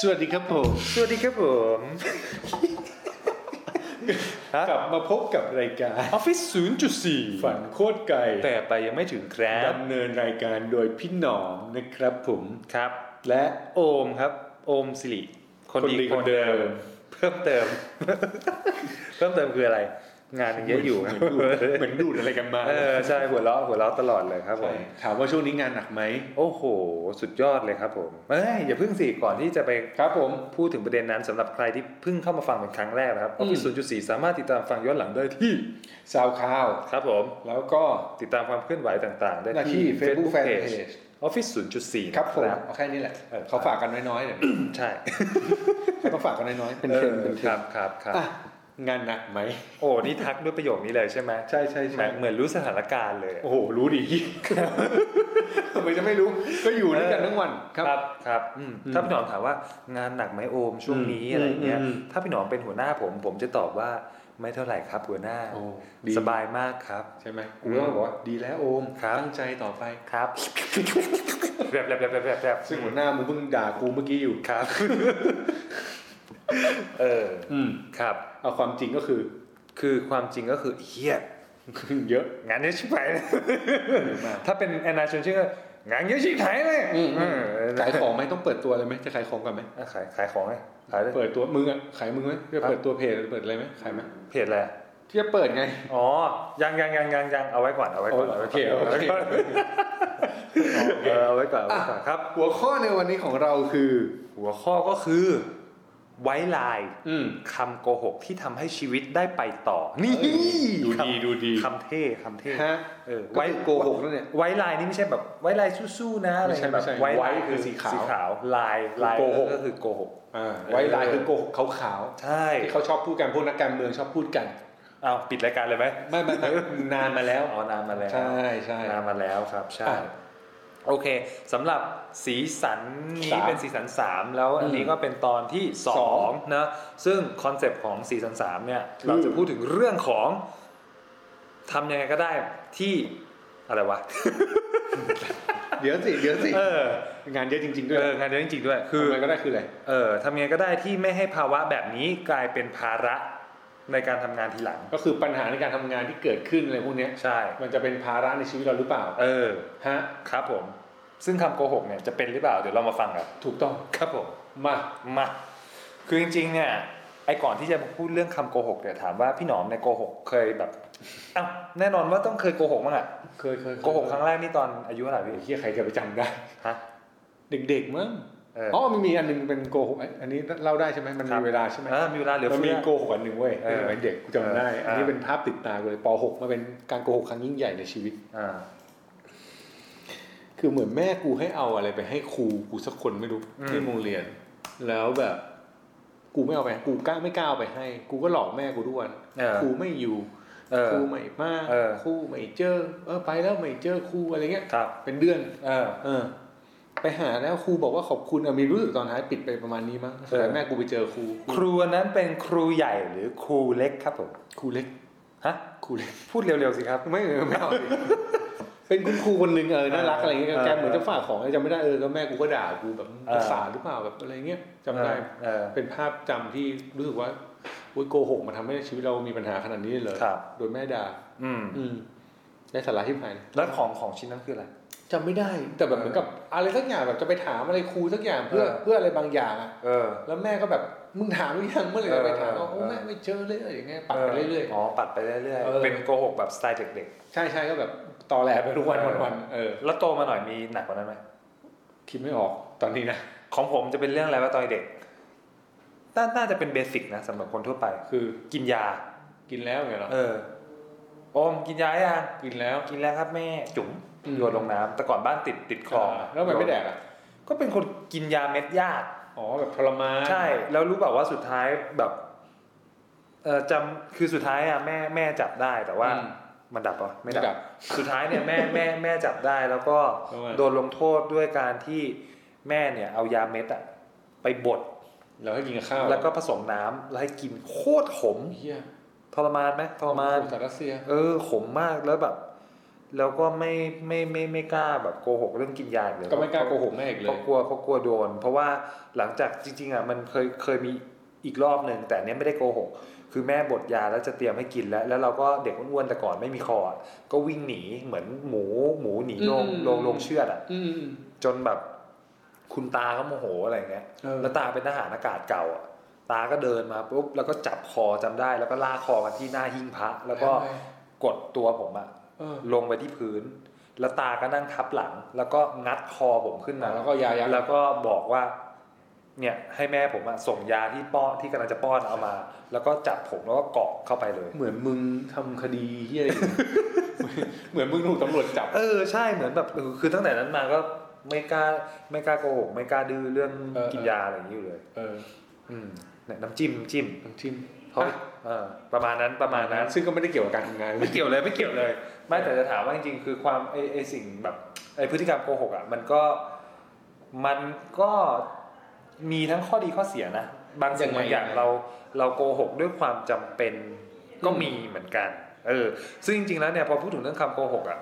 สวัสดีครับผม สวัสดีครับ ผมฮะ กลับมาพบกับรายการ ออฟฟิศ0.4 ฝันโคตรไกล แต่ไปยังไม่ถึงครับ ดำเนินรายการโดยพี่หนอมนะครับผม ครับ และ โอมครับ โอมสิริ คน คน ดี ดี ค คน นเดิม เดิม เพิ่มเติม เพิ่มเติมคืออะไร งานยังเยอะอยู่ เหมือนดูเหมือนดูดอะไรกันมา เออใช่หัวเราะหัวเราะตลอดเลยครับผ ใช่ ม ถามว่าช่วงนี้งานหนักไหม โอ้โห สุดยอดเลยครับผมเอ้ยอย่าเพิ่งสิก่อนที่จะไปครับผมพูดถึงประเด็นนั้นสำหรับใครที่เพิ่งเข้ามาฟังเป็นครั้งแรกนะครับออฟฟิศ0.4 สามารถติดตามฟังย้อนหลังได้ที่ ซาวข้าว ครับผม แล้วก็ ติดตามความเคลื่อนไหวต่างๆ ได้ ได้ที่ ที่ Facebook Facebook Fanpage Page Office 0.4 ครับผมเอาแค่นี้แหละ เออ เขาฝากกันน้อยๆเดี๋ยว ใช่ เขาต้องฝากกันน้อยๆเป็นเทรนด์เป็นเทร ครั น บ ด์ ครับครับ อ่ะงานหนักไหม โอ้นี่ทักด้วยประโยคนี้เลยใช่ไหม ใช่ใช่ใช่ แหมเหมือนรู้สถานการณ์เลย โอ้โหรู้ดี ทำไมจะไม่รู้ก็อยู่ด้วยกันทั้งวันครับ ครับอืม อืม ถ้าพี่หนอมถามว่างานหนักไหมโอมช่วงนี้อะไรเงี้ย อืมอืม ถ้าพี่หนอมเป็นหัวหน้าผม ผมจะตอบว่าไม่เท่าไหร่ครับหัวหน้า โอ้ดี สบายมากครับ ใช่ไหมกูก็ต้องบอกว่าดีแล้วโอม ครับ ตั้งใจต่อไป ครับแบบแบบแบบแบบแบบแบบ ซึ่งหัวหน้ามึงเพิ่งด่ากูเมื่อกี้อยู่ ครับ เออ อืม ครับ เอาความจริงก็คือ คือความจริงก็คือเฮีย เยอะ งานเยอะชิบหายเลย เยอะมาก ถ้าเป็นแอนนาชวนชื่อก็งานเยอะชิบหายเลยเออ ขายของไหมต้องเปิดตัวอะไรไหมจะขายของก่อนไหม อ่ะขายขายของไงขายเลย เปิดตัวมึงอะขายมึงไหมจะเปิดตัวเพจเปิดอะไรไหมขายไหม เพจอะไรอ่ะ ที่จะเปิดไง อ๋อ ยังยังยังยังยังเอาไว้ก่อนเอาไว้ก่อน โอเค เอาไว้ก่อน โอเค เออเอาไว้ก่อนเอาไว้ก่อนครับ หัวข้อในวันนี้ของเราคือ หัวข้อก็คือ ไว้ลาย อืม คำโกหกที่ทำให้ชีวิตได้ไปต่อ นี่ เอ้ยดูดี คำ ดูดี คำเท่คำเท่ ฮะ เออ ไว้ ไว้ โกหกนั่นเนี่ย ไว้ลายนี่ไม่ใช่แบบไว้ลายสู้ๆนะอะไร ไม่ใช่ แบบ ไม่ใช่ ไว้ลาย ไว้คือสีขาว สีขาวลายลาย โกหก ก็คือโกหก อ่าไว้ลายคือโกหกขาว ใช่ ๆที่เขาชอบพูดกันพวกนักการเมืองชอบพูดกัน เอาปิดรายการเลยไหม ไม่ไม่ไม่ นานมาแล้ว อ๋อนานมาแล้ว ใช่ใช่ นานมาแล้วครับ ใช่ อ่ะ โอเคสำหรับสีสัน สา นี้ ม เป็นสีสัน 3 แล้วอันนี้ อืม ก็เป็นตอนที่ สอง 2นะซึ่งคอนเซปต์ของสีสัน3เนี่ย คือ เราจะพูดถึงเรื่องของทำยังไงก็ได้ที่อะไรวะ เดี๋ยวสิเดี๋ยวสิ เออง านเยอะจริง ๆ ด้ว เอย องานเยอะจริงๆด้วย คื คือ อมันก็ได้คืออะไร เออทำยังไงก็ได้ที่ไม่ให้ภาวะแบบนี้กลายเป็นภาระในการทำงานทีหลัง ก็คือปัญหาในการทำงานที่เกิดขึ้นอะไรพวกเนี้ย ใช่ มันจะเป็นภาระในชีวิตเราหรือเปล่า เออ ฮะ ครับผม ซึ่งคำโกหกเนี่ยจะเป็นหรือเปล่า เดี๋ยวเรามาฟังกัน ถูกต้อง ครับผม มา มาคือจริงๆเนี่ยไอ้ก่อนที่จะพูดเรื่องคำโกหกเนี่ยถามว่าพี่หนอมเนี่ยโกหกเคยแบบอ้าวแน่นอนว่าต้องเคยโกหกบ้างอะ เคยเคย โกหกครั้งแรกนี่ตอนอายุเท่าไหร่พี่ ไอ้เฮียใครจะไปจำได้ ฮะ เด็กๆมั้ง เออ อ๋อมันมีอันหนึงเป็นโกหกอันอันนี้เล่าได้ใช่ไหมมันมีเวลาใช่ไหม เออมีเวลาเหลือ มัน เฟื มี อ โกหกอันหนึ่งเว้ย เออ สมัยเด็กกูจำได้ เอออั อันนี้เป็นภาพติดตากูเลยป .6 มาเป็นการโกหกครั้งยิ่งใหญ่ในชีวิต อ่า คือเหมือนแม่กูให้เอาอะไรไปให้ครูกูสักคนไม่รู้ที่โรงเรียน แล้วแบบ กูไม่เอาไปกูกล้าไม่กล้าเอาไปให้ กูก็หลอกแม่กูด้วย เออ ครูไม่อยู่ เอคอรูใหม่มาก เออ ครูใหม่เจอ เออไปแล้วใหม่เจอครูอะไรเงี้ย ครับ เป็นเดือน เออ เออ ไปหาแล้วครูบอกว่าขอบคุณอะมีรู้สึกตอนท้ายปิดไปประมาณนี้มั้ง เออ แต่แม่กูไปเจอครู ครูนั้นเป็นครูใหญ่หรือครูเล็กครับผม ครูเล็ก ฮะ ครูเล็ก พูดเร็วๆสิครับ ไม่ไม่เอาดิเป็นคุณครูคนหนึ่งเออน่ารักอะไรเงี้ย เออ แกเหมือนจะฝากของอะไรจำไม่ได้เออแล้วแม่กูก็ด่ากูแบบ เออ ภาษาหรือเปล่าแบบอะไรเงี้ย จำได้ เออ เป็นภาพจำที่รู้สึกว่าโอยโกหกมันทำให้ชีวิตเรามีปัญหาขนาดนี้เลยเหรอ ครับ โดนแม่ด่า อืม อืมได้สาระที่ไหน แล้วของของชิ้นนั้นคืออะไร จำไม่ได้แต่แบบเหมือนกับอะไรสักอย่างแบบจะไปถามอะไรครูสักอย่างเพื่อ เออ เพื่ออะไรบางอย่างอะ เออ แล้วแม่ก็แบบมึงถามหรือยังเมื่อไหร่จะไปถาม เออ ว่าโอ้ เออ แม่ไม่เจอเลยอย่างเงี้ยปัดไปเรื่อย อ๋อ ปัดไปเรื่อย เออ ๆ เป็นโกหกแบบสไตล์เด็ก ๆใช่ใช่ก็แบบตอแหลไปทุกวัน เอ วั อ นวันเออ ๆ แล้วโตมาหน่อยมีหนักกว่านั้นไหม คิดไม่ออกตอนนี้นะ ของผมจะเป็นเรื่องอะไรว่าตอนเด็กน่าน่าจะเป็นเบสิกนะสำหรับคนทั่วไป คือ กินยา กินแล้วไงเหรอ เออโอมกินยายัง กินแล้ว กินแล้วครับแม่ จุ๋ม อืม โยนลงน้ำแต่ก่อนบ้านติดติดคลอง แล้วทำไมไม่แดกอ่ะ ก็เป็นคนกินยาเม็ดยาก อ๋อแบบทรมาน ใช่ แล้วรู้เปล่าว่าสุดท้ายแบบเออจำคือสุดท้ายอ่ะแม่แม่จับได้แต่ว่า อืม มันดับปะ ไม่ ไม่ ดั ดั บ บ สุดท้ายเนี่ยแม่แม่แม่จับได้แล้วก็ ทำไม โดนลงโทษด้วยการที่แม่เนี่ยเอายาเม็ดอะไปบด แล้วให้กินกับข้าว แล้วก็ผสมน้ำแล้วให้กินโคตรขม เฮีย ทรมานไหมทรมาน สารรัสเซีย เออขมมากแล้วแบบ แล้วก็ไม่ไม่ไม่ไม่กล้าแบบโกหกเรื่องกินยาอีเลย ก็ไม่กล้าโกหกแม่อีกเล เพราะ ย กลัวเพราะกลัวโดน เพราะว่าหลังจากจริงๆอ่ะมันเคยเคยมีอีกรอบหนึ่งแต่อันเนี้ยไม่ได้โกหก คือแม่บดยาแล้วจะเตรียมให้กินแล้ว แล้วเราก็เด็กอ้วนๆแต่ก่อนไม่มีคออ่ะก็วิ่งหนีเหมือนหมูหมูหนีลง อืม ลงลงเชือดอ่ะ อืม จนแบบคุณตาเขาโมโหอะไรเงี้ย เออ แล้วตาเป็นทหารอากาศเก่าอ่ะ ตาก็เดินมาปุ๊บแล้วก็จับคอจำได้ แล้วก็ลากคอมาที่หน้าหิ้งพระแล้วก็ กดตัวผมอะ เออ ลงไปที่พื้น แล้วตาก็นั่งทับหลัง แล้วก็งัดคอผมขึ้นมา แล้วก็ยายัด แล้วก็บอกว่า เนี่ยให้แม่ผมอะส่งยาที่ป้อนที่กำลังจะป้อนเอามา แล้วก็จับผมแล้วก็เกาะเข้าไปเลย เหมือนมึงทำคดีเฮียอะไรอยู่ เหมือนมึงถูกตำรวจจับ เออใช่เหมือนแบบเออคือตั้งแต่นั้นมาก็ไม่กล้าไม่กล้าโกหกไม่กล้าดื้อเรื่อง เออ กินยาอะไรอย่างนี้อยู่เลย เออ อืมเนี่ยน้ำจิ้มน้ำจิ้ม น้ำจิ้ม เพราะเออประมาณนั้นประมาณนั้น ซึ่งก็ไม่ได้เกี่ยวกับการทำงาน ไม่เกี่ยวเลยไม่เกี่ยวเลย ไม่แต่จะถามว่าจริงๆคือความไอไอสิ่งแบบไอพฤติกรรมโกหกอ่ะมันก็มันก็มีทั้งข้อดีข้อเสียนะ บางสิ่งบางอย่างเราเราโกหกด้วยความจำเป็นก็มีเหมือนกัน เออ ซึ่งจริงๆแล้วเนี่ยพอพูดถึงเรื่องคำโกหกอ่ะ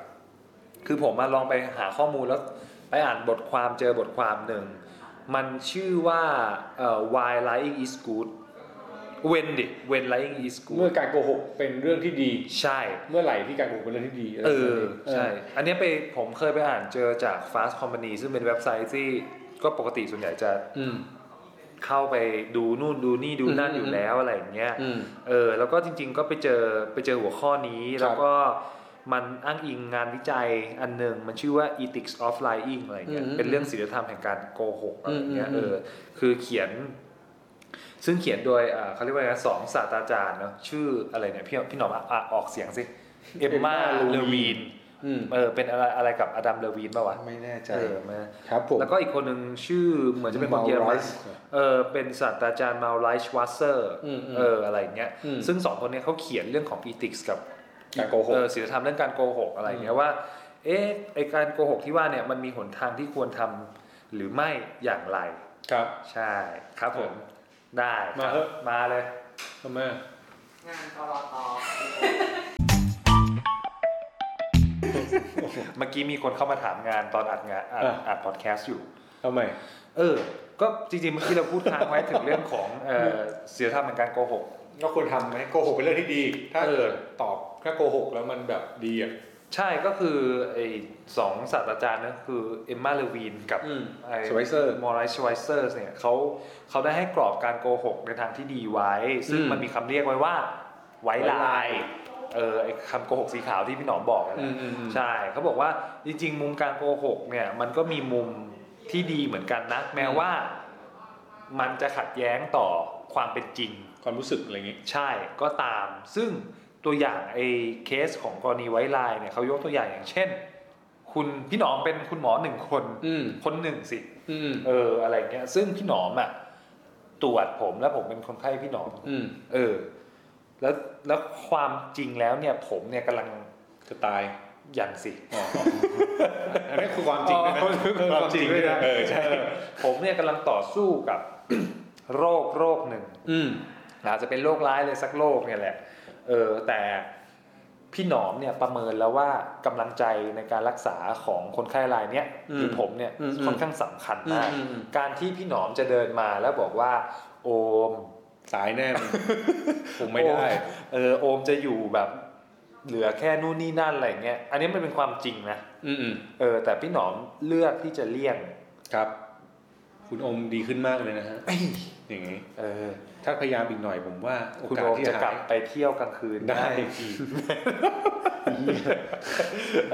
คือผมมาลองไปหาข้อมูลแล้วไปอ่านบทความเจอบทความหนึ่ง มันชื่อว่าเอ่อ why lying is good when ดิ when lying is เมื่อ good การโกหกเป็นเรื่องที่ดี ใช่ เมื่อไหร่ที่การโกหกเป็นเรื่องที่ดี เออ เออ ใช่ อันเนี้ยไปผมเคยไปอ่านเจอจาก Fast Company ซึ่งเป็นเว็บไซต์ที่ก็ปกติส่วนใหญ่จะ อืม เข้าไปดูนู่นดูนี่ดูนั่น อืม อยู่แล้วอะไรอย่างเงี้ย อืม เออแล้วก็จริงๆก็ไปเจอไปเจอหัวข้อนี้ ครับ แล้วก็มันอ้างอิงงานวิจัยอันหนึ่งมันชื่อว่า ethics of lying อะไรเงี้ย อืม เป็นเรื่องศีลธรรมแห่งการโกหกอะไรเงี้ย อืมอืมเออคือเขียน ซึ่งเขียนโดยอ่าเขาเรียกว่าอะไรนะสองศาสตราจารย์เนาะชื่ออะไรเนี่ยพี่พี่หนอมอ่ะอ่ะออกเสียงสิเอมมาเลวีน อืม เออเป็นอะไรอะไรกับอดัมเลวีนป่าวะ ไม่แน่ใจ เออมา ครับผม แล้วก็อีกคนหนึ่งชื่อเหมือนจะเป็นคนเยอรมันเออเป็นศาสตราจารย์มาไลชวัสเซอร์ อืมอืม เอออะไรอย่างเงี้ย อืม ซึ่งสองคนเนี้ยเขาเขียนเรื่องของอีติกส์กับ การโกหก เออศีลธรรมเรื่องการโกหกอะไรอย่างเงี้ยว่าเอ๊ะไอการโกหกที่ว่าเนี่ยมันมีหนทางที่ควรทำหรือไม่อย่างไร ครับ ใช่ครับผมได้ มาเถอะ มาเลย ทำไม งานกรต เมื่อกี้มีคนเข้ามาถามงานตอนอัดงานอัดอัดพอดแคสต์อยู่ ทำไม เออ ก็จริงๆเมื่อกี้เราพูดค้างไว้ถึงเรื่องของเอ่อเสียธรรมแห่งการโกหก ก็ควรทำไหมโกหกเป็นเรื่องที่ดี ถ้า เออ เกิดตอบถ้าโกหกแล้วมันแบบดีอ่ะ ใช่ก็คือไอ้สองศาสตราจารย์นั่นคือเอมมาเลวีนกับไอ้ Schweitzer มอริสไวเซอร์เนี่ยเขาเขาได้ให้กรอบการโกหกในทางที่ดีไว้ ซึ่ง อืม มันมีคำเรียกไว้ว่าไว้ลาย white lie เออไอ้คำโกหกสีขาวที่พี่หนอมบอกนั่นแหละ ใช่เขาบอกว่าจริงๆ มุมการโกหกเนี่ยมันก็มีมุมที่ดีเหมือนกันนะ แม้ว่ามันจะขัดแย้งต่อความเป็นจริง ความรู้สึกอะไรอย่างงี้ ใช่ก็ตาม ซึ่งตัวอย่างไอ้เคสของกรณีไวท์ไลน์เนี่ยเขายกตัวอย่างอย่างเช่น คุณพี่หนอมเป็นคุณหมอหนึ่งคน อืม คนหนึ่งสิ อืม เอออะไรเงี้ยซึ่งพี่หนอมอ่ะตรวจผมแล้วผมเป็นคนไข้พี่หนอม อืม เออ แล้วแล้วความจริงแล้วเนี่ยผมเนี่ยกำลัง จะตาย ยันสิ อันนี้คือความจริงด้วยนะ อ๋อคือความจริงด้วยนะ เออใช่ ผมเนี่ยกำลังต่อสู้กับ โรคโรคหนึ่ง อืม อาจจะเป็นโรคร้ายเลยสักโรคเนี่ยแหละ เออแต่พี่หนอมเนี่ยประเมินแล้วว่ากำลังใจในการรักษาของคนไข้รายเนี้ย อืม หรือผมเนี่ย อืม ค่อนข้างสำคัญมาก อืมอืม การที่พี่หนอมจะเดินมาแล้วบอกว่า โอม ตายแน่มึงผมไม่ได้ โอเออโอมจะอยู่แบบเหลือแค่นู่นนี่นั่นอะไรเงี้ยอันนี้มันเป็นความจริงนะ อืมอืม เออแต่พี่หนอมเลือกที่จะเลี่ยง ครับ คุณอมดีขึ้นมากเลยนะฮะ เอ้ย อย่างนี้ เออ ถ้าพยายามอีกหน่อยผมว่า โอ คุณ กาส โอม ที่ จะ จะ กลั หา บ ย ไปเที่ยวกลางคืน ได้ อีก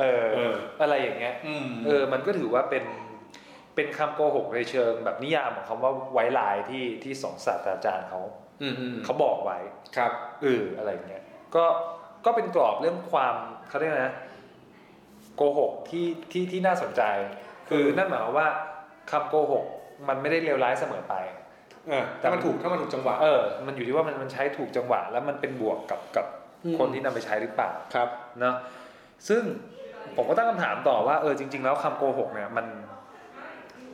เออ เออ อะไรอย่างเงี้ย อืม เออ มันก็ถือว่าเป็น เป็นคำโกหกในเชิงแบบนิยามของคำว่าไว้ลายที่ที่สองศาสตราจารย์เขา อืมอืม เขาบอกไว้ ครับ เอออะไรอย่างเงี้ย ก็ ก็เป็นกรอบเรื่องความเขาเรียกอะไรนะ โกหกที่ที่ที่น่าสนใจ คือนั่นหมายความว่าคำโกหก มันไม่ได้เลวร้ายเสมอไป เออถ้ามันถูกถ้ามันถูกจังหวะ เออ มันอยู่ที่ว่ามันมันใช้ถูกจังหวะ แล้วมันเป็นบวกกับกับ อืม คนที่นำไปใช้หรือเปล่า ครับ เนาะซึ่งผมก็ตั้งคำถามต่อว่าเออจริง ๆ แล้วคำโกหกเนี่ยมัน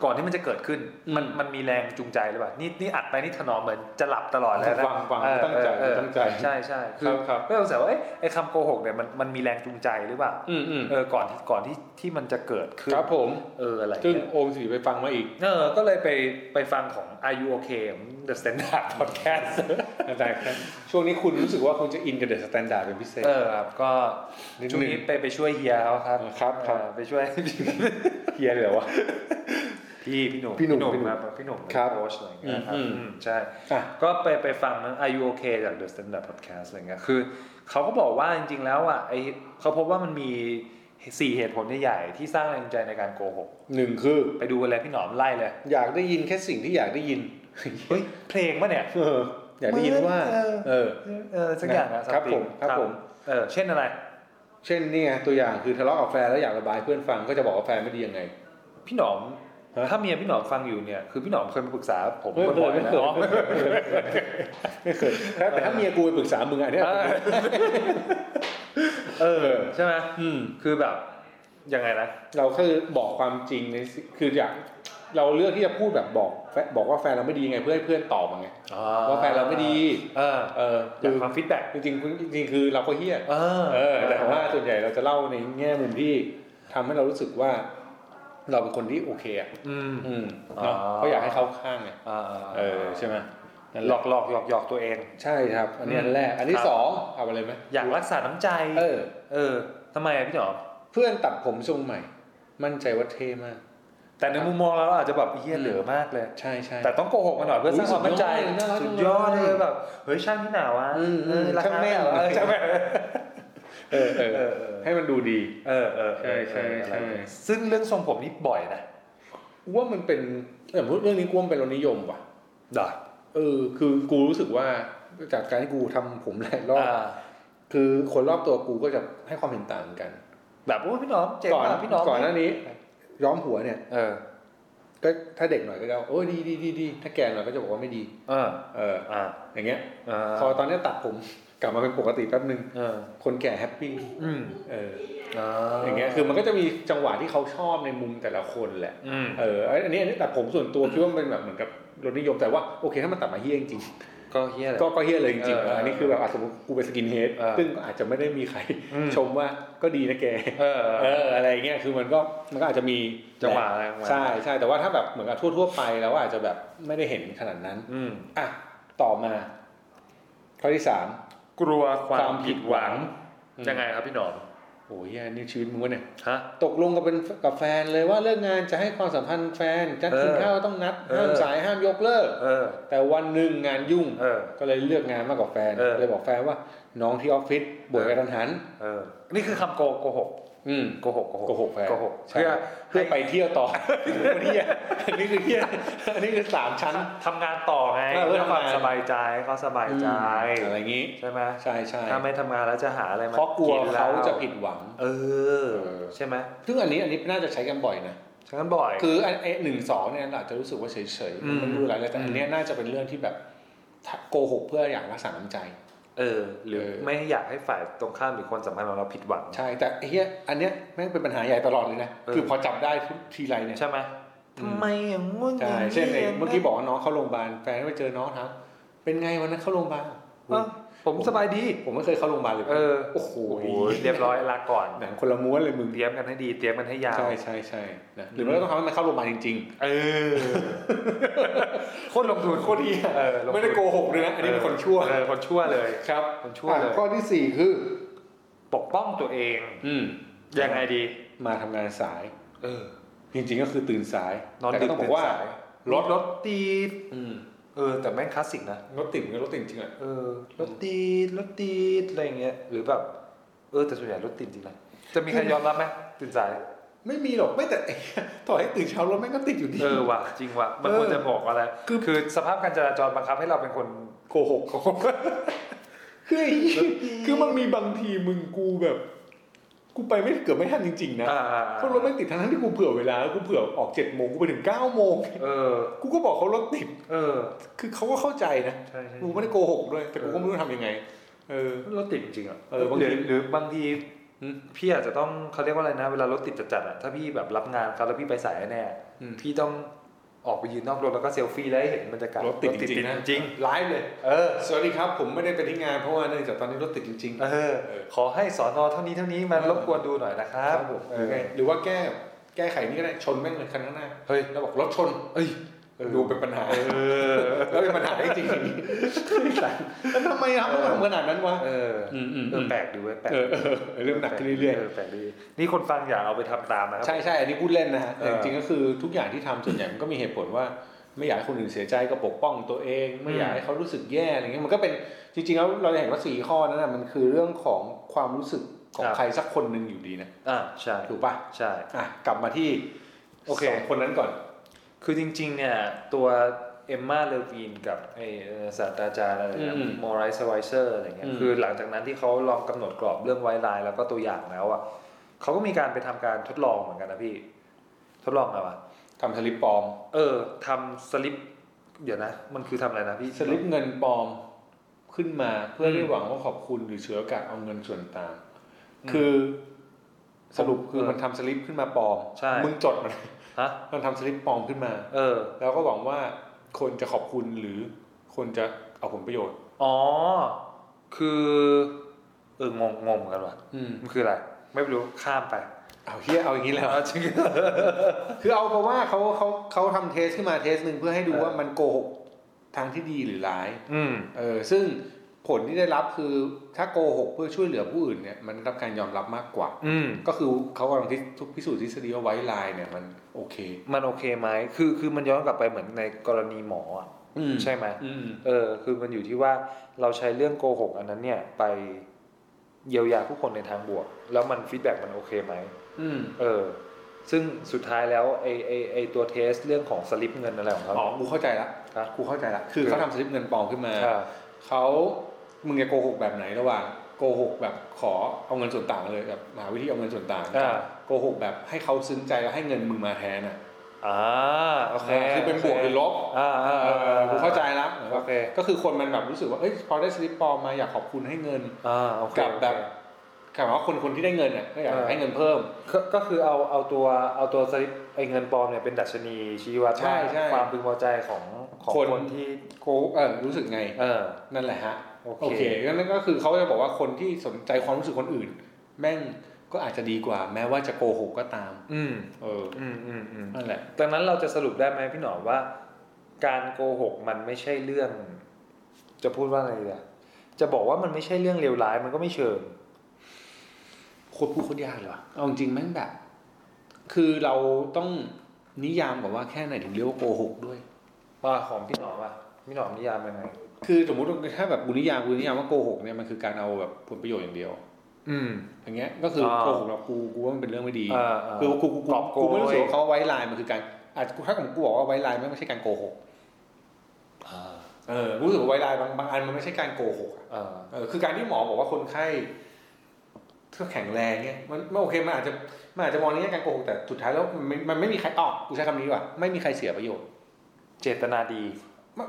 ก่อนที่มันจะเกิดขึ้น มัน อืม มันมีแรงจูงใจหรือเปล่านี่นี่อัดไปนี่ถนอมเหมือนจะหลับตลอดแล้วนะ ฟังฟัง เออ ตั้งใจ เออ ตั้งใจ ใช่ใช่คื ครั อบ ครับ ก็สงสัยว่าเอ๊ะไอ้คำโกหกเนี่ยมันมันมีแรงจูงใจหรือเปล่า อืมอืม เออก่อนที่ก่อนที่ที่มันจะเกิดขึ้น ครับผม เอออะไรอย่าง ซึ่ง เงี้ย โอมสิริไปฟังมาอีก เออ ก็เลยไปไปฟังของ Are You OK ของ The Standard Podcast อาจารย์ครับช่วงนี้คุณรู้สึกว่าคุณจะอินกับเดอะสแตนดาร์ดเป็นพิเศษ เออครับก็ นิดนึง ช่วงนี้ไปไปช่วยเฮียเขาครับ ครับครับ เออไปช่วย เฮียเลยเหรอวะ พี่พี่หนุ่ม พี่หนุ่มพี่พี่หหนุ่ นุ่ ม มครับพี่หนุ่ม ครับ โค้ชอะไรอย่างเงี้ยครับ อืม อืมใช่ อ่ะ ก็ไปไปฟังนะ Are You OK จาก The Standard Podcast อะไรเงี้ย คือเขาก็บอกว่าจริงๆแล้วอ่ะไอเขาพบว่ามันมีสี่เหตุผลใหญ่ๆที่สร้างแรงจูงใจในการโกหก หนึ่งคือ ไปดูกันเลยพี่หนอมไล่เลย อยากได้ยินแค่สิ่งที่อยากได้ยิน เฮ้ย เพลงปะเนี่ย เอออยากได้ยินว่า เออ เออ เออสักอย่างอะ ครับ something ผมครับผม เออเช่นอะไร เช่นนี่ไงตัวอย่างคือทะเลาะกับแฟนแล้วอยากระบายเพื่อนฟังก็จะบอกว่าแฟนไม่ดียังไง พี่หนอม ฮะ ถ้าเมียพี่หนอมฟังอยู่เนี่ย คือพี่หนอมเคยมาปรึกษาผม ไม่เค บ่อย ยๆ ไม่ นะ เคย อ๋อ ไม่เคยไม่เคยแต่แต่ถ้าเมียกูไปปรึกษามึงอ่ะเนี่ย เออ เออ ใช่ไหม อืม คือแบบยังไงนะ เราคือบอกความจริงในสิคืออยากเราเลือกที่จะพูดแบบบอกแฟนบอกว่าแฟนเราไม่ดียังไงเพื่อให้เพื่อนตอบมาไงว่าแฟนเราไม่ดี เออ เออ อ คื ยาก อ ฟังฟีดแบ็ก จริงๆจริงๆคือเราก็เฮี้ย เออ เออแต่ว่าส่วนใหญ่เราจะเล่าในแง่มุมที่ทำให้เรารู้สึกว่า เราเป็นคนที่โอเคอ่ะ อืม อืม อ๋อ เนาะก็อยากให้เขาข้างไง อ่า เออใช่ไหมนั่น ห แห ล ล อ อก กหลอกหลอกหลอกตัวเอง ใช่ครับ อันนี้ อืม อันแรก อันที่ ครับ สองเอาอะไรไหม อยากรักษาน้ำใจ เออ เออทำไมอะพี่หนอม เพื่อนตัดผมทรงใหม่ มั่นใจว่าเท่มาก แต่ในมุมมองเราเราอาจจะแบบเฮี้ย อืม เหลือมากเลย ใช่ใช่ แต่ต้องโกหกมาหน่อยเพื่อสร้างความมั่นใจ อุ๊ยสุ สุด ด ย ย อ อ ด ด เล เลย ย แบบเฮ้ยช่างที่หนาวะ อืมอืม เออราค ช่างแม่เหรอ เออช่างแม่ เออเอ เอ อ อเออ ให้มันดูดี เออเออเออ ใช่ใช่ อะไร ใช่ ซึ่งเรื่องทรงผมนี่บ่อยนะ ว่ามันเป็นแต่พูดเรื่องนี้กูว่ามันเป็นรสนิยมว่ะ ดอ เออ คือกูรู้สึกว่าจากการที่กูทำผมหลายรอบ อ่า คือคนรอบตัวกูก็จะให้ความเห็นต่างกัน แบบโอ้ยพี่หน้องเจ๋ง ก่อน ว่ะพี่หน้อง ก่อนหน้านี้ ย้อมหัวเนี่ย เออ ก็ถ้าเด็กหน่อยก็จะโอ้ยดีดีดีดีถ้าแก่หน่อยก็จะบอกว่าไม่ดี เออ เออ อ่า อย่างเงี้ย อ่า พอตอนเนี้ยตัดผม กลับมาเป็นปกติแป๊บนึง เออ คนแก่แฮปปี้ อืม เออ อ่า อย่างเงี้ย คือมันก็จะมีจังหวะที่เขาชอบในมุมแต่ละคนแหละ อืม เออ อันนี้อันนี้ตัดผมส่วนตัวคิดว่ามันเป็นแบบเหมือนกับรสนิยมแต่ว่าโอเคถ้ามันตัดมาเฮี้ยจริง ก็เฮี้ยแหละ ๆก็ก็เฮี้ยเลยจริงๆ เออ เอออันนี้คือแบบอ่ะสมมติกูเป็นสกินเฮด เออ ซึ่งก็อาจจะไม่ได้มีใคร อืม ชมว่าก็ดีนะแก เออ เออ อะไรเงี้ย คือมันก็มันก็อาจจะมี จังหวะอะไรของมัน ใช่ใช่แต่ว่าถ้าแบบเหมือนกับทั่วๆไปแล้วอาจจะแบบไม่ได้เห็นขนาดนั้น อืม อ่ะ ต่อมา ข้อที่สาม กลัวความ ความผิ ผิด ด ห หวั วัง ง ยังไงครับพี่หนอม โอ้ยอันนี่ชีวิตมึงวะเนี่ย ฮะ ตกลงกับเป็นกับแฟนเลยว่าเลิกงานจะให้ความสัมพันธ์แฟนจะกิน เออ ข้าวต้องนัด เออ ห้ามสายห้ามยกเลิก เออ แต่วันหนึ่งงานยุ่ง เออ ก็เลยเลือกงานมากกว่าแฟน เออ เลยบอกแฟนว่าน้องที่ออฟฟิศบ่วยกระทันหัน เออนี่คือคำโกโกหก อืม โกหกโกหก โกหกแฟน โกหก ใช่ เพื่อ เพื่อไปเที่ยวต่อ เที่ยอันนี้คือเที่ยอันนี้คือสามชั้น ทำงานต่อไง เออเพื่ เพื่ อ อความ ทำงาน สบายใจให้เขาสบายใจ อืมอะไรอย่างงี้ ใช่ไหม ใช่ใช่ ถ้าไม่ทำงานแล้วจะหาอะไรมา เพราะกลัว นแ เขาจะผิดหวัง เออ เออ ใช่ไหม ซึ่งอันนี้อันนี้น่าจะใช้กันบ่อยนะ ฉะนั้นบ่อย คือไอ้ไอ้หนึ่งสองเนี่ยเราอาจจะรู้สึกว่าเฉย อื ๆ ม มันไม่รู้อะไรเลยแต่ อืม อันเนี้ยน่าจะเป็นเรื่องที่แบบถ้าโกหกเพื่ออยากรักษาน้ำใจ เออ หรือ เออ ไม่อยากให้ฝ่ายตรงข้ามหรือคนสำคัญของเราผิดหวัง ใช่แต่ไอ้เฮียอันเนี้ยแม่งเป็นปัญหาใหญ่ตลอดเลยนะ เออ คือพอจับได้ทุกทีไรเนี่ย ใช่ไหม อืม ทำไมอย่างงู้นอ ใช่ ย่าง เช่นไอ้เมื่อกี้ นะ บอกว่าน้องเข้าโรงพยาบาลแฟนไปเจอน้องครับเป็นไงวันนั้นเข้าโรงพยาบาล เอ้าผมสบายดี ผมไม่เคยเข้าโรงพยาบาลเลย เออ โอ้โห โอ้โหเรียบร้อยลาก่อน หนังคนละม้วนเลยมึง เตรียมกันให้ดีเตรียมกันให้ยาว ใช่ใช่ใช่นะหรือไม่ก็ต้องทำให้มันเข้าโรงพยาบาลจริง เออโคตรลงทุนโคตรดีเออลๆงทุน ไม่ได้โกหกเลยนะอันนี้เป็นคนชั่ว เออคนชั่วเลย ครับ คนชั่วเลย ข้อที่สี่คือ ปกป้องตัวเอง อืม ยังไงดี มาทำงานสาย เออ จริงๆก็คือตื่นสาย นอน แต่ ดึ ก็ ก ต้องบ ตื่ อน กว่า สายรถรถติด อืม เออแต่แม่งคลาสสิกนะ รถติดมันก็รถติดจริงอ่ะ เออรถติดรถติดอะไรอย่างเงี้ยหรือแบบเออแต่ส่วนใหญ่รถติดจริงนะจะมีใครยอมรับไหมตื่นสาย ไม่มีหรอกไม่แต่ ต่อให้ตื่นเช้ารถแม่งก็ติดอยู่ดี เออว่ะจริงว่ะมันควรจะบอกอะไร คือ คือสภาพการจราจรบังคับให้เราเป็นคน โกหกคือไอ้คือมันมีบางทีมึงกูแบบ กูไปไม่เกือบไม่ทันจริงๆนะ อ่าอ่า เพราะรถไม่งติดทั้งทั้งๆที่กูเผื่อเวลาแล้วกูเผื่อออกเจ็ดโมงกูไปถึงเก้าโมง เออ กูก็บอกเขารถติด เออ คือเขาก็เข้าใจนะ ใช่ใช่ กูไม่ได้โกหกด้วยแต่กูก็ไม่รู้ทำยังไง เออ รถติดจริงๆอ่ะ เออบางที หรืหรือบางทีอืมพี่อาจจะต้องเขาเรียกว่าอะไรนะ เวลารถติดจัดๆอ่ะ ถ้าพี่แบบรับงานเขาแล้วพี่ไปสายแน่ อืม พี่ต้องออกไปยืนนอกรถแล้วก็เซลฟี่แล้วให้เห็นบรรยากาศ รถติดจริงๆนะ จริง ไลฟ์เลย ๆเออ สวัสดีครับ ผมไม่ได้ไปที่งานเพราะว่าเนื่องจากตอนนี้รถติดจริงๆ เออ ขอให้สอนอเท่านี้เท่านี้มารบกวนดูหน่อยนะค ค รั รั บบ ผมหเอรือ อ ไงหรือว่าแก้แก้ไขนี่ก็ได้ชนแม่งเลยคันข้างหน้า เฮ้ย แล้วบอกรถชน เอ้ย เออ ดูเป็นปัญหา เออ แล้วเป็นปัญหาจริงๆแล้วทำไมครับมันทำขนาดนั้นวะ เออ อืมอืม เออแปลกดีเว้ยแปลก เออเออเออเริ่มหนักขึ้นเรื่อย แปลกดีนี่คนฟังอย่าเอาไปทำตามนะคๆรับ ใช่ใช่อันนี้พูดเล่นนะฮะ เอ แต่ อ จริงๆก็คือทุกอย่างที่ทำส่วนใหญ่มันก็มีเหตุผลว่า ไม่อยากให้คนอื่นเสียใจก็ปกป้องตัวเอง ไม่อยากให้เขารู้สึกแย่อะไรเงี้ยมันก็เป็นจริงๆแล้วเราจะเห็นว่าสี่ข้อนั้นนะมันคือเรื่องของความรู้สึกของใครสักคนหนึ่งอยู่ดีนะ อ่าใช่ ถูกป่ะ ใช่ อ่ะกลับมาที่ โอเค สงคนนั้นก่อน คือจริงๆ เนี่ยตัวเอมมาเลวีนกับไอเอ่อศาสตราจารย์อะไรนะ อืม มอริสไวเซอร์อะไรเงี้ อื ย ม คือหลังจากนั้นที่เขาลองกำหนดกรอบเรื่องไวไลน์แล้วก็ตัวอย่างแล้วอ่ะเขาก็มีการไปทำการทดลองเหมือนกันนะพี่ ทดลองอะไรวะ ทำสลิปปลอม เออทำสลิป เดี๋ยวนะ มันคือทำอะไรนะพี่ สลิปเงินปลอมขึ้นมาเพื่อ ม ได้หวังว่าขอบคุณหรือเฉื่อยโอกาสเอาเงินส่วนต่าง อืม คือสรุปคือ เออ มันทำสลิปขึ้นมาปลอม ใช่ มึงจดมัน ฮะ มันทำสลิปปลอมขึ้นมา เออ แล้วก็หวังว่าคนจะขอบคุณหรือคนจะเอาผลประโยชน์ อ๋อ คือเอองงงงเหมือนกันว่ะ อืม มันคืออะไร ไม่รู้ข้ามไป เอาเฮียเอาอย่างนี้แล้ว เอาจริง คือเอาเพราะว่าเขาเขาเขาทำเทสขึ้นมาเทสหนึ่งเพื่อให้ดู เออ ว่ามันโกหกทางที่ดีหรือร้าย อืม เออซึ่งผลที่ได้รับคือถ้าโกหกเพื่อช่วยเหลือผู้อื่นเนี่ยมันได้รับการยอมรับมากกว่า อืม ก็คือเขากำลังที่ทุกพิสูจน์ทฤษฎีว่าไว้ลายเนี่ยมันโอเค มันโอเคไหม คือ คือมันย้อนกลับไปเหมือนในกรณีหมออะใช่ไหม อืม เออ คือมันอยู่ที่ว่าเราใช้เรื่องโกหกอันนั้นเนี่ยไปเยียวยาผู้คนในทางบวก แล้วมันฟีดแบ็กมันโอเคไหม อืม เออ ซึ่งสุดท้ายแล้วไอไอไอตัวเทสเรื่องของสลิปเงินอะไรของเขา อ๋อกูเข้าใจละ ฮะ กูเข้าใจละคือ คือ เขาทำสลิปเงินปลอมขึ้นมา อ่า เขามึงจะโกหกแบบไหนระหว่างโกหกแบบขอเอาเงินส่วนต่างเลยแบบหาวิธีเอาเงินส่วนต่าง อ่า โกหกแบบให้เขาซึ้งใจแล้วให้เงินมึงมาแทนอ่ะ อ่าโอเค คือเป็นบวกหรือลบ อ่าอ่า เอ อ่า อกูเข้าใจละหมาย โอ ว่า เค ก็คือคนมันแบบรู้สึกว่าเอ้ยพอได้สลิปปลอมมาอยากขอบคุณให้เงิน อ่าโอเค กับแบบ แต่ว่าคนคนที่ได้เงินอ่ะก็อยาก เออ ให้เงินเพิ่ม ก็ก็คือเอาเอาตัวเอาตัวสลิปไอเงินปลอมเนี่ยเป็นดัชนีชี้วัด ใช่ ว่า ใช่ ความพึงพอใจของของ คน คนที่ โกหกเออรู้สึกไง เออ นั่นแหละฮะ โอเค โอเคงั้นก็คือเขาจะบอกว่าคนที่สนใจความรู้สึกคนอื่น แม่งก็อาจจะดีกว่า แม้ว่าจะโกหกก็ตาม อืม เออ อืมอืมอืม นั่นแหละ ดังนั้นเราจะสรุปได้ไหมพี่หนอมว่า การโกหกมันไม่ใช่เรื่อง จะพูดว่าอะไรดีอะจะบอกว่ามันไม่ใช่เรื่องเลวร้ายมันก็ไม่เชิง โคตรพูดโคตรยากเลยว่ะเอาจริงแม่งแบบ คือเราต้องนิยามก่อนว่าแค่ไหนถึงเรียกว่าโกหกด้วย ว่าของพี่หนอมอะพี่หนอมนิยามยังไง คือสมมติว่าถ้าแบบกูนิยามกูนิยามว่าโกหกเนี่ยมันคือการเอาแบบผลประโยชน์อย่างเดียว อืม อย่างเงี้ย ก็คือ อ่า โกหกแบบกูกูว่ามันเป็นเรื่องไม่ดี อ่าา คือกูกูกู กอบโกย กูไม่รู้สึกว่าเขาไว้ลายมันคือการอาจถ้าผมกูบอกว่าไว้ลายมันไม่ใช่การโกหก อ่า เออรู้สึกว่าไวรัสบางบางอันมันไม่ใช่การโกหกอะ อ่า เออคือการที่หมอบอกว่าคนไข้ก็แข็งแรงเนี่ยมันมันโอเคมันอาจจะมันอาจจะมองในแง่การโกหกแต่สุดท้ายแล้วมันไม่มันไม่มีใครออกกูใช้คำนี้ดีกว่าไม่มีใครเสียประโยชน์ เจตนาดี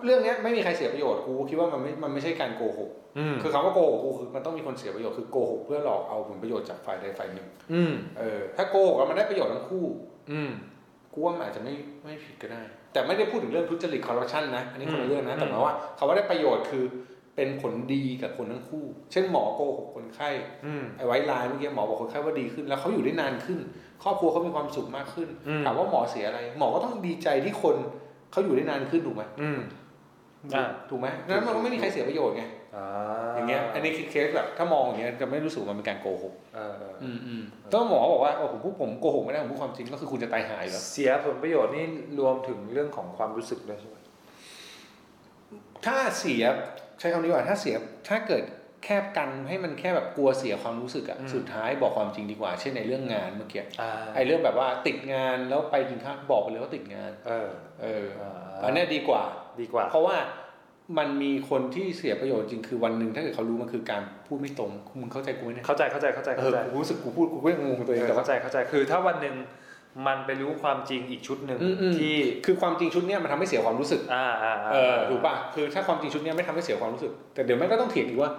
เรื่องเนี้ยไม่มีใครเสียประโยชน์กูคิดว่ามันไม่มันไม่ใช่การโกหก อืม คือคำว่าโกหกกูคือมันต้องมีคนเสียประโยชน์คือโกหกเพื่อหลอกเอาผลประโยชน์จากฝ่ายใดฝ่ายหนึ่ง อืม เออถ้าโกหกแล้วมันได้ประโยชน์ทั้งคู่ อืม กูว่ามันอาจจะไม่ไม่ผิดก็ได้ แต่ไม่ได้พูดถึงเรื่องทุจริตคอร์รัปชันนะอันนี้คนละเรื่องนะแต่หมายว่าคำว่าได้ประโยชน์คือเป็นผลดีกับคนทั้งคู่ เช่นหมอโกหกคนไข้ อืม ไอ้ไวท์ไลน์เมื่อกี้หมอบอกคนไข้ว่าดีขึ้น แล้วเขาอยู่ได้นานขึ้น ครอบครัวเขามีความสุขมากขึ้น อืม ถามว่าหมอเสียอะไร หมอก็ต้องดีใจที่คนเขาอยู่ได้นานขึ้นถูกไหม อืมอ่า ถูกไหมนั้นมันก็ไม่มีใครเสียประโยชน์ไงอย่างเงี้ยอันนี้คือเคสแบบถ้ามองอย่างเงี้ยจะไม่รู้สึกว่ามันเป็นการโกหก เออเออ ต้องหมอบอกว่าโอ้ผมพูดผมโกหกไม่ได้ผมพูดความจริงก็คือคุณจะตายหายแล้ว เสียผลประโยชน์นี่รวมถึงเรื่องของความรู้สึกด้วยใช่ไหม ถ้าเสียใช้คำนี้ดีกว่าถ้าเสียถ้าเกิดแค่กันให้มันแค่แบบกลัวเสียความรู้สึกอะสุดท้ายบอกความจริงดีกว่า เช่นในเรื่องงานเมื่อกี้ อ่า ไอ้เรื่องแบบว่าติดงานแล้วไปกินข้าวบอกไปเลยว่าติดงาน เออ เออ อ่า อันเนี้ยดีกว่า ดีกว่า เพราะว่า มันมีคนที่เสียประโยชน์จริงคือวันหนึ่งถ้าเกิดเขารู้มันคือการพูดไม่ตรงมึงเข้าใจกูไหมเนี่ย เข้าใจเข้าใจเข้าใจ เอ เข้า อ ใจ กูรู้สึกกูพูดกูก็ยังงงกับตัวเอง เออ แต่ว่า เข้าใจเข้าใจคือถ้าวันหนึ่งมันไปรู้ความจริงอีกชุดหนึ่ง อืมอืม ที่ คือความจริงชุดเนี้ยมันทำให้เสียความรู้สึก อ่าอ่าา เออถูกป่ะคือถ้าความจริงชุดเนี้ยไม่ทำให้เสียความรู้สึก แต่เดี๋ยวแม่งก็ต้องเถียงอีกว่า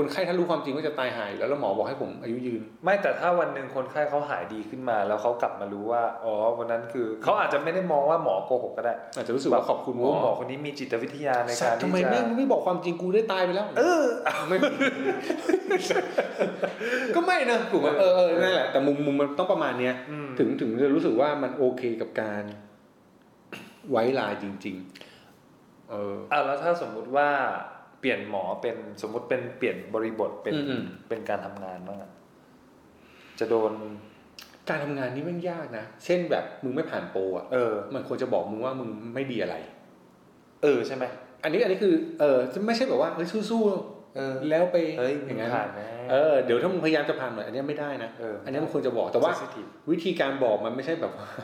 คนไข้ถ้ารู้ความจริงก็จะตายหายอยู่แล้วแล้วหมอบอกให้ผมอายุยืน ไม่แต่ถ้าวันหนึ่งคนไข้เขาหายดีขึ้นมา แล้วเขากลับมารู้ว่าอ๋อวันนั้นคือเขาอาจจะไม่ได้มองว่าหมอโกหกก็ได้ อาจจะรู้สึกว่าขอบคุณ โอ้ หมอ หมอคนนี้มีจิตวิทยาใน สั การ ตว์ทำ ที่ ไม จะ แม่งไม่บอกความจริงกูได้ตายไปแล้ว เออ ไม่มีก็ไม่นะถูกไหมเออเออนั่นแหละแต่มุมมุมมันต้องประมาณเนี้ย อืม ถึงถึงจะรู้สึกว่ามันโอเคกับการไว้ลายจริง ๆ เออ อ่ะแล้วถ้าสมมุติว่าเปลี่ยนหมอเป็นสมมุติเป็นเปลี่ยนบริบทเป็น อืมอืม เป็นการทำงานบ้างอะจะโดน การทำงานนี่แมันยากนะ เช่นแบบมึงไม่ผ่านโปรอ่ะ เออ มันควรจะบอกมึงว่ามึงไม่ดีอะไร เออใช่ไหม อันนี้อันนี้คือเออจะไม่ใช่แบบว่าเฮ้ยสู้ เออ ๆแล้วไป เฮ้ยมึ อย่าง งนั้น ผ่านนะ เออเดี๋ยวถ้ามึงพยายามจะผ่านหน่อยอันเนี้ยไม่ได้นะ เออ อั อั นเนี้ยมันควรจะบอกแต่ว่า วิธีการบอกมันไม่ใช่แบบว่า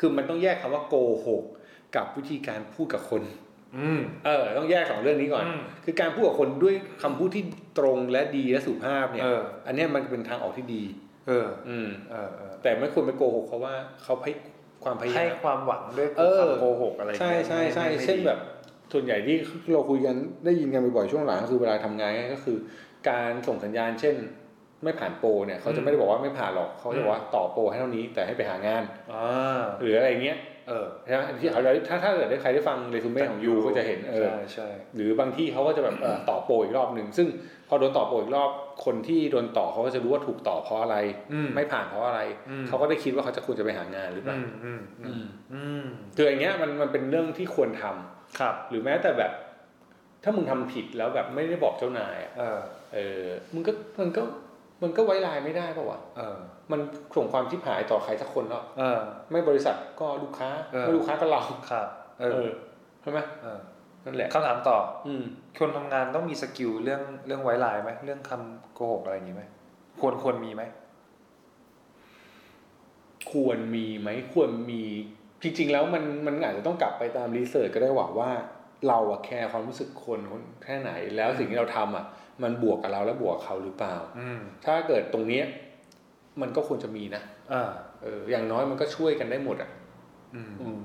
คือมันต้องแยกคำว่าโกหกกับวิธีการพูดกับคน อืม เออ ต้องแยกสองเรื่องนี้ก่อน อืม คือการพูดกับคนด้วยคำพูดที่ตรงและดีและสุภาพเนี่ย เออ อันเนี้ยมันเป็นทางออกที่ดี เออ อืม เออเออ แต่ไม่ควรไปโกหกเขาว่าเขาให้ความพยา ให้ ยาม ความหวังด้วย เออ คำโกหกอะไรอย่าง ใช่ เงี้ย ใช่ใช่ ไม่ไม่ เช่น ดี แบบส่วนใหญ่ที่เราคุยกันได้ยินกันบ่อยๆช่วงหลังก็คือเวลาทำงานก็คือ การส่งสัญญาณ เช่น ไม่ผ่านโปรเนี่ยเขาจะไม่ได้บอกว่าไม่ผ่านหรอกเขาจะบอกว่าต่อโปรให้เท่านี้แต่ให้ไปหางาน อ่า หรืออะไรเงี้ย เออ ใช่ไหมที่เขาถ้าถ้าเกิดได้ใครได้ฟังเรซูเม่ของยูก็จะเห็นเออ ใช่ใช่ หรือบางที่เขาก็จะแบบเอ่อต่อโปรอีกรอบหนึ่งซึ่งพอโดนต่อโปรอีกรอบคนที่โดนต่อเขาก็จะรู้ว่าถูกต่อเพราะอะไร อืม ไม่ผ่านเพราะอะไร อืม เขาก็ได้คิดว่าเขาจะควรจะไปหางานหรือเป อื ล่าม อืมอื อื ม ม อืม คืออย่างเงี้ยมันมันเป็นเรื่องที่ควรทำ ครับ หรือแม้แต่แบบ ถ้ามึงทำผิดแล้วแบบไม่ได้บอกเจ้านายอะ เออ เออมึงก็มันก็มันก็ไว้ลายไม่ได้ป่าวะ เออ มันส่งความชิบหายต่อใครสักคนหรอก เออ ไม่บริษัทก็ลูกค้า เออ ไม่ลูกค้าก็เรา ครับเออ เออใช่ไหม เออ นั่นแหละ คำถามต่อ อืม คนทำงานต้องมีสกิลเรื่องเรื่องไว้ลายไหมเรื่องคำโกหกอะไรอย่างนี้ไหมควรควรมีไหม ควรมีไหมควรมีจริง ๆ แล้วมันมันอาจจะต้องกลับไปตามรีเสิร์ชก็ได้หว่าว่า เราอะแคร์ความรู้สึกคนคนแค่ไหน แล้วสิ่งที่เราทำอะมันบวกกับเราและบวกกับเขาหรือเปล่า อืม ถ้าเกิดตรงเนี้ยมันก็ควรจะมีนะ อ่า เอออย่างน้อยมันก็ช่วยกันได้หมดอะ อืม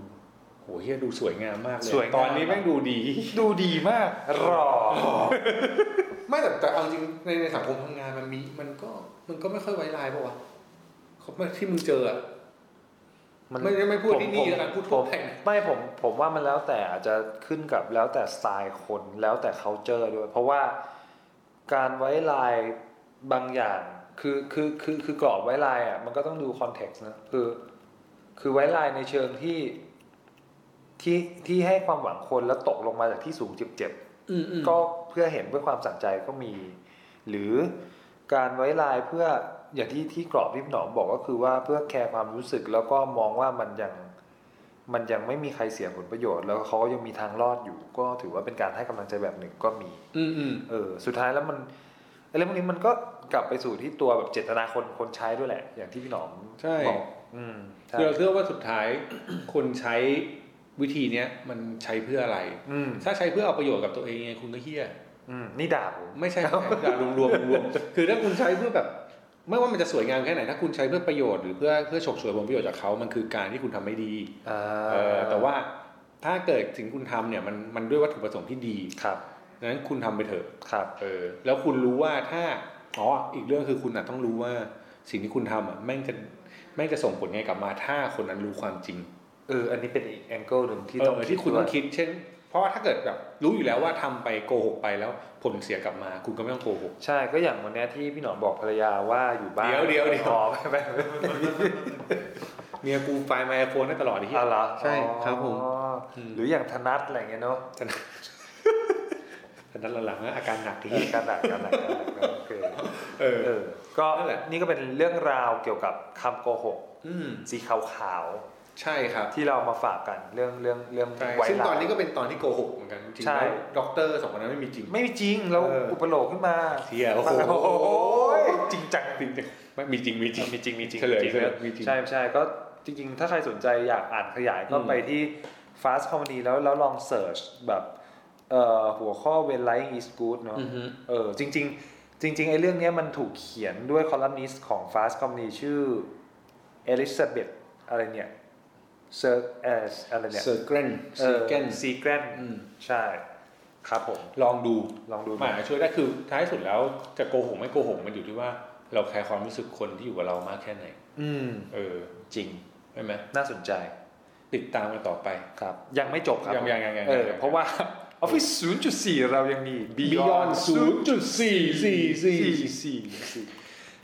โหเฮียดูสวยงามมากเลย สวยงาม ตอนนี้แม่งดูดี ดูดีมากหล่อ ไม่แต่แต่เอาจริงในในสังคมทำงานมันมีมันก็มันก็ไม่ค่อยไว้ลายป่าวะเขาไม่ที่มึงเจออะ มัน ไม่ไม่พูดที่นี่ ผม แล้วกันพูด ผ ทั่ว ม ไปนะ ไม่ผมผมว่ามันแล้วแต่อาจจะขึ้นกับแล้วแต่สไตล์คนแล้วแต่ c u เจอร์ด้วย เพราะว่าการไว้ลายบางอย่างคือคือคือคือกรอบไว้ลายอ่ะมันก็ต้องดูคอนเท็กซ์นะคือคือไว้ลายในเชิงที่ที่ที่ให้ความหวังคนแล้วตกลงมาจากที่สูงเจ็บๆก็เพื่อเห็นเพื่อความสะใจก็มี หรือการไว้ลายเพื่ออย่างที่ที่กรอบที่หนอมบอกก็คือว่าเพื่อแคร์ความรู้สึกแล้วก็มองว่ามันยัง มันยังไม่มีใครเสียผลประโยชน์ แล้วเขาก็ยังมีทางรอดอยู่ ก็ถือว่าเป็นการให้กำลังใจแบบหนึ่งก็มี อืมอืม เออ สุดท้ายแล้วมันไอ้เรื่องพวกนี้มันก็กลับไปสู่ที่ตัวแบบเจตนาคนคนใช้ด้วยแหละ อย่างที่พี่หนอม ใช่ บอกอืมใช่ คือเราเชื่อว่าสุดท้าย คนใช้วิธีเนี้ยมันใช้เพื่ออะไร อืม ถ้าใช้เพื่อเอาประโยชน์กับตัวเองไงคุณก็เฮี้ย อืมนี่ด่าผม ไม่ใช่ รวมรวมๆรวมๆคือถ้าคุณใช้เพื่อแบบ ไม่ว่ามันจะสวยงามแค่ไหนถ้าคุณใช้เพื่อประโยชน์หรือเพื่อเพื่อฉกฉวยผลประโยชน์จากเขามันคือการที่คุณทำไม่ดี อ่า เออแต่ว่าถ้าเกิดสิ่งคุณทำเนี่ยมันมันด้วยวัตถุประสงค์ที่ดี ครับ ดังนั้นคุณทำไปเถอะ ครับ เออแล้วคุณรู้ว่าถ้าอ๋ออีกเรื่องคือคุณน่ะต้องรู้ว่าสิ่งที่คุณทำอ่ะแม่งจะแม่งจะส่งผลไงกลับมา ถ้าคนนั้นรู้ความจริง เออ อันนี้เป็นอีกแองเกิลหนึ่งที่ เออ ต้อง ที่คุณ ด้ ต้อวย งคิดเช่น เพราะว่าถ้าเกิดแบบรู้อยู่แล้วว่าทำไปโกหกไปแล้วผลเสียกลับมา คุณก็ไม่ต้องโกหก ใช่ก็อย่างวันเนี้ยที่พี่หนอมบอกภรรยาว่าอยู่บ้าน เดี๋ยวเดี๋ยวเดี๋ยว อ๋อไปไป เมียกูไฟล์ไมโครโฟนได้ตลอดไอ้ที่ อ๋อเหรอ ใช่ครับผม อ๋ออ ม หรืออย่างธนัทอะไรเงี้ยเนาะ แต่นั้นหลังๆนะอาการหนักที เออการดักการดักการดักโอเค เออ เออก็ นั่นแหละ นี่ก็เป็นเรื่องราวเกี่ยวกับคำโกหก อืม สีขาว ใช่ครับ ๆที่เรามาฝากกันเรื่องเรื่องเรื่อง ใช่ ไว ซึ่ง รั ตอน ส นี้ก็เป็นตอนที่โกหกเหมือนกันจริง ใช่ แล้วด็อกเตอร์สองคนนั้นไม่มีจริง ไม่มีจริงเรา เอออุ อุปโลกขึ้นมา เที่ยโอ้ โอ้ โห โหจริงจัง จริงๆ ไม่มีจริงมีจริง มีจริงมีจริง เฉลย จริง เฉลย นะ มีจริง ใช่ใช่ก็จริงๆ ถ้าใครสนใจอยากอ่านขยายก็ อืม ไปที่ fast comedy แล้วแล้วลองเสิร์ชแบบ เอ่อหัวข้อ when lying is good เนาะ อือฮึ เออจริงๆ จริง ๆไอ้เรื่องเนี้ยมันถูกเขียนด้วยคอลัมนิสต์ของ Fast Company ชื่อเอลิซาเบธอะไรเนี่ยเซอร์เอออะไรเนี่ย เซอร์เกรนเซอร์เกรน ซีแกรนใช่ ครับผม ลองดู ลองดู หมายช่วยได้คือท้ายสุดแล้วจะโกหกไม่โกหกมันอยู่ที่ว่า เราแคร์ความรู้สึกคนที่อยู่กับเรามากแค่ไหน อืม เออ จริง ใช่ไหม น่าสนใจ ติดตามกันต่อไป ครับ ยังไม่จบครับ ยังยังยังยัง เออเพราะว่า Office 0.4 เรายังมี Beyond 0.444 0.444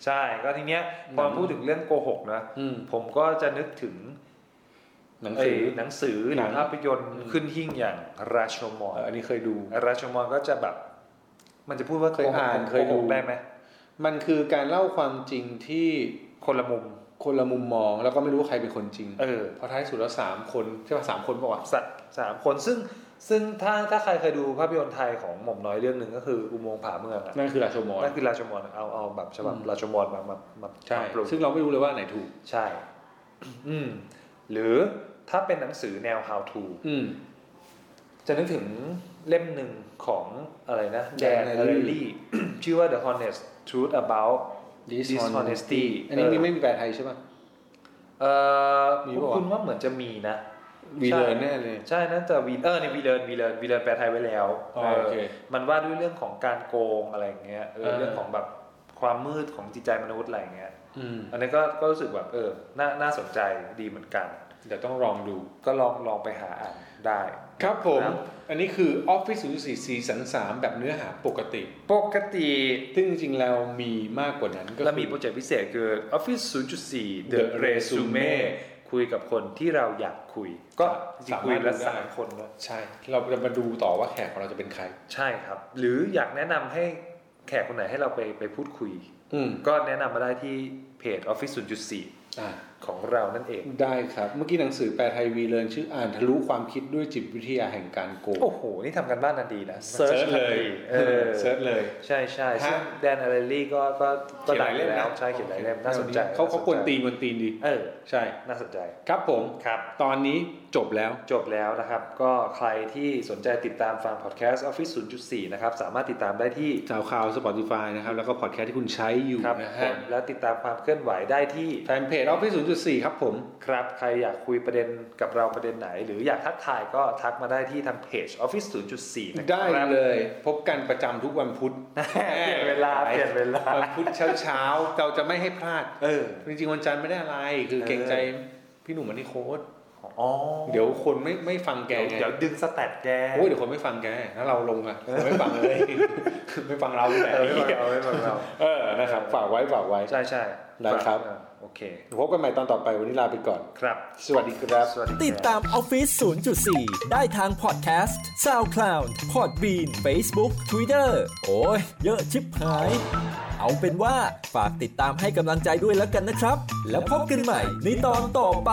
ใช่ ก็ทีเนี้ยพอ หนัง พูดถึงเรื่องโกหกนะ อืม ผมก็จะนึกถึง หนัง เอ้ สื ย อ หนังสือห หนั รือง ภาพยนตร์ อืม ขึ้นหิ้งอย่างราชมอ เอ่ออั น นนี้เคยดู ราชมอนก็จะแบบ มันจะพูดว่า เคยอ่าน โกหก เคยดู โกหกได้ไหม มันคือการเล่าความจริงที่ คนละมุม คนละมุมมอง แล้วก็ไม่รู้ว่าใครเป็นคนจริง เออ เพราะท้ายสุดแล้วสามคนใช่ป่ะสามคนบอกว่า สัตว์สามคนซึ่งซึ่งถ้าถ้าใครเคยดูภาพยนตร์ไทยของหม่อมน้อยเรื่องหนึ่งก็คืออุโมงค์ผาเมืองอะ นั่นคือราชมอน นั่นคือราชมอนเอาเอาแบบฉบับ อืม ราชมอนมามามา ใช่ มาปรุง ซึ่งเราไม่รู้เลยว่าไหนถูก ใช่ อืมหรือถ้าเป็นหนังสือแนว how to อืม จะนึกถึงเล่มหนึ่งของอะไรนะแดน Dan เอลลี่ ชื่อว่า The Honest Truth About Dishonesty อันนี้มี เ ไม่มีแปลไทยใช่ป่ะ เออ มีปะวะ คุณว่าเหมือนจะมีนะ วี ใช่ เลยแน่เลย ใช่นะแต่วีเออในวีเลินวีเลินวีเลินแปลไทยไว้แล้ว อ๋อ เออ โอเค มันว่าด้วยเรื่องของการโกงอะไรอย่างเงี้ยเออ เออ เรื่องของแบบความมืดของจิตใจมนุษย์อะไรอย่างเงี้ย อืม อันนี้ก็ก็รู้สึกแบบเออน่าน่าสนใจดีเหมือนกัน เดี๋ยวต้องลองดู ก็ลองลองไปหาอ่านได้ ครับผม ครับ อันนี้คือ Office 0 4 4สันสามแบบเนื้อหาปกติ ปกติ ซึ่งจริงๆแล้วมีมากกว่านั้นก็ เรามี คื โป อ รเจกต์พิเศษคือ Office 0.4 The The Resume Resume คุยกับคนที่เราอยากคุย ก็จริง สามารถ คุยละ ดูได้ สามคนนะ ใช่ เราจะมาดูต่อว่าแขกของเราจะเป็นใคร ใช่ครับ หรืออยากแนะนำให้แขกคนไหนให้เราไปไปพูดคุย อืม ก็แนะนำมาได้ที่เพจ Office 0.4 อ่า ของเรานั่นเอง ได้ครับ เมื่อกี้หนังสือแปลไทยวีเลินชื่ออ่านทะลุความคิดด้วยจิตวิทยาแห่งการโกง โอ้โห นี่ทำกันบ้านนันดีนะ เซิร์ชเลย ทันทีเออ เซิร์ชเลย ใช่ใช่ ฮะ ซึ่งแดนอเลลี่ก็ก็ก็ เขียนหลาง ยดัอ เล่ม ยู่แล้ว นะ ใช่เขียนหลายเล่มน่าสนใจ เขาเขา สใจ ควรตีนควรตีนดี เออ ใช่ น่าสนใจ ครับผม ครับ ตอนนี้จบแล้ว จบแล้วนะครับ ก็ใครที่สนใจติดตามฟังพอดแคสต์ Office 0.4 นะครับ สามารถติดตามได้ที่ สาวข่าว Spotify นะครับ แล้วก็พอดแคสต์ที่คุณใช้อยู่ ครับ นะ ผ ฮะ มและติดตามความเคลื่อนไหวได้ที่ แฟนเพจออฟฟิศ0.4 ครับผม ครับ ใครอยากคุยประเด็นกับเราประเด็นไหน หรืออยากทักทายก็ทักมาได้ที่ทางเพจ Office 0.4 นะครั ได้เลย พบกันประจำทุกวันพุธ เปลี่ยนเวลาเปลี่ยนเวลา วันพุธเช้าๆ เราจะไม่ให้พลาด เออ จริงๆ วันจันทร์ไม่ได้อะไร คือ เออ เกรงใจพี่หนุ่มมันนี่โค้ด อ๋อ เดี๋ยวคนไม่ไม่ฟังแก เดี๋ยว ไง เดี๋ยวดึงสแตทแก โอ้ยเดี๋ยวคนไม่ฟังแกถ้าเราลงอะคนไม่ฟังเลย ไม่ฟังเราแหละ เออไม่เอาไม่เอาไม่เอา เออนะครับฝากไว้ฝากไว้ ใช่ใช่ ได้ครับ โอเค พบกันใหม่ตอนต่อไปวันนี้ลาไปก่อน ครับ สวัสดีครับ สวัสดีครับ ติดตามออฟฟิศ0.4 ได้ทางพอดแคสต์ SoundCloud Podbean Facebook Twitter โอ้ย เยอะชิบหาย เอาเป็นว่าฝากติดตามให้กำลังใจด้วยแล้วกันนะครับ แล้วพบกันใหม่ในตอนต่อไป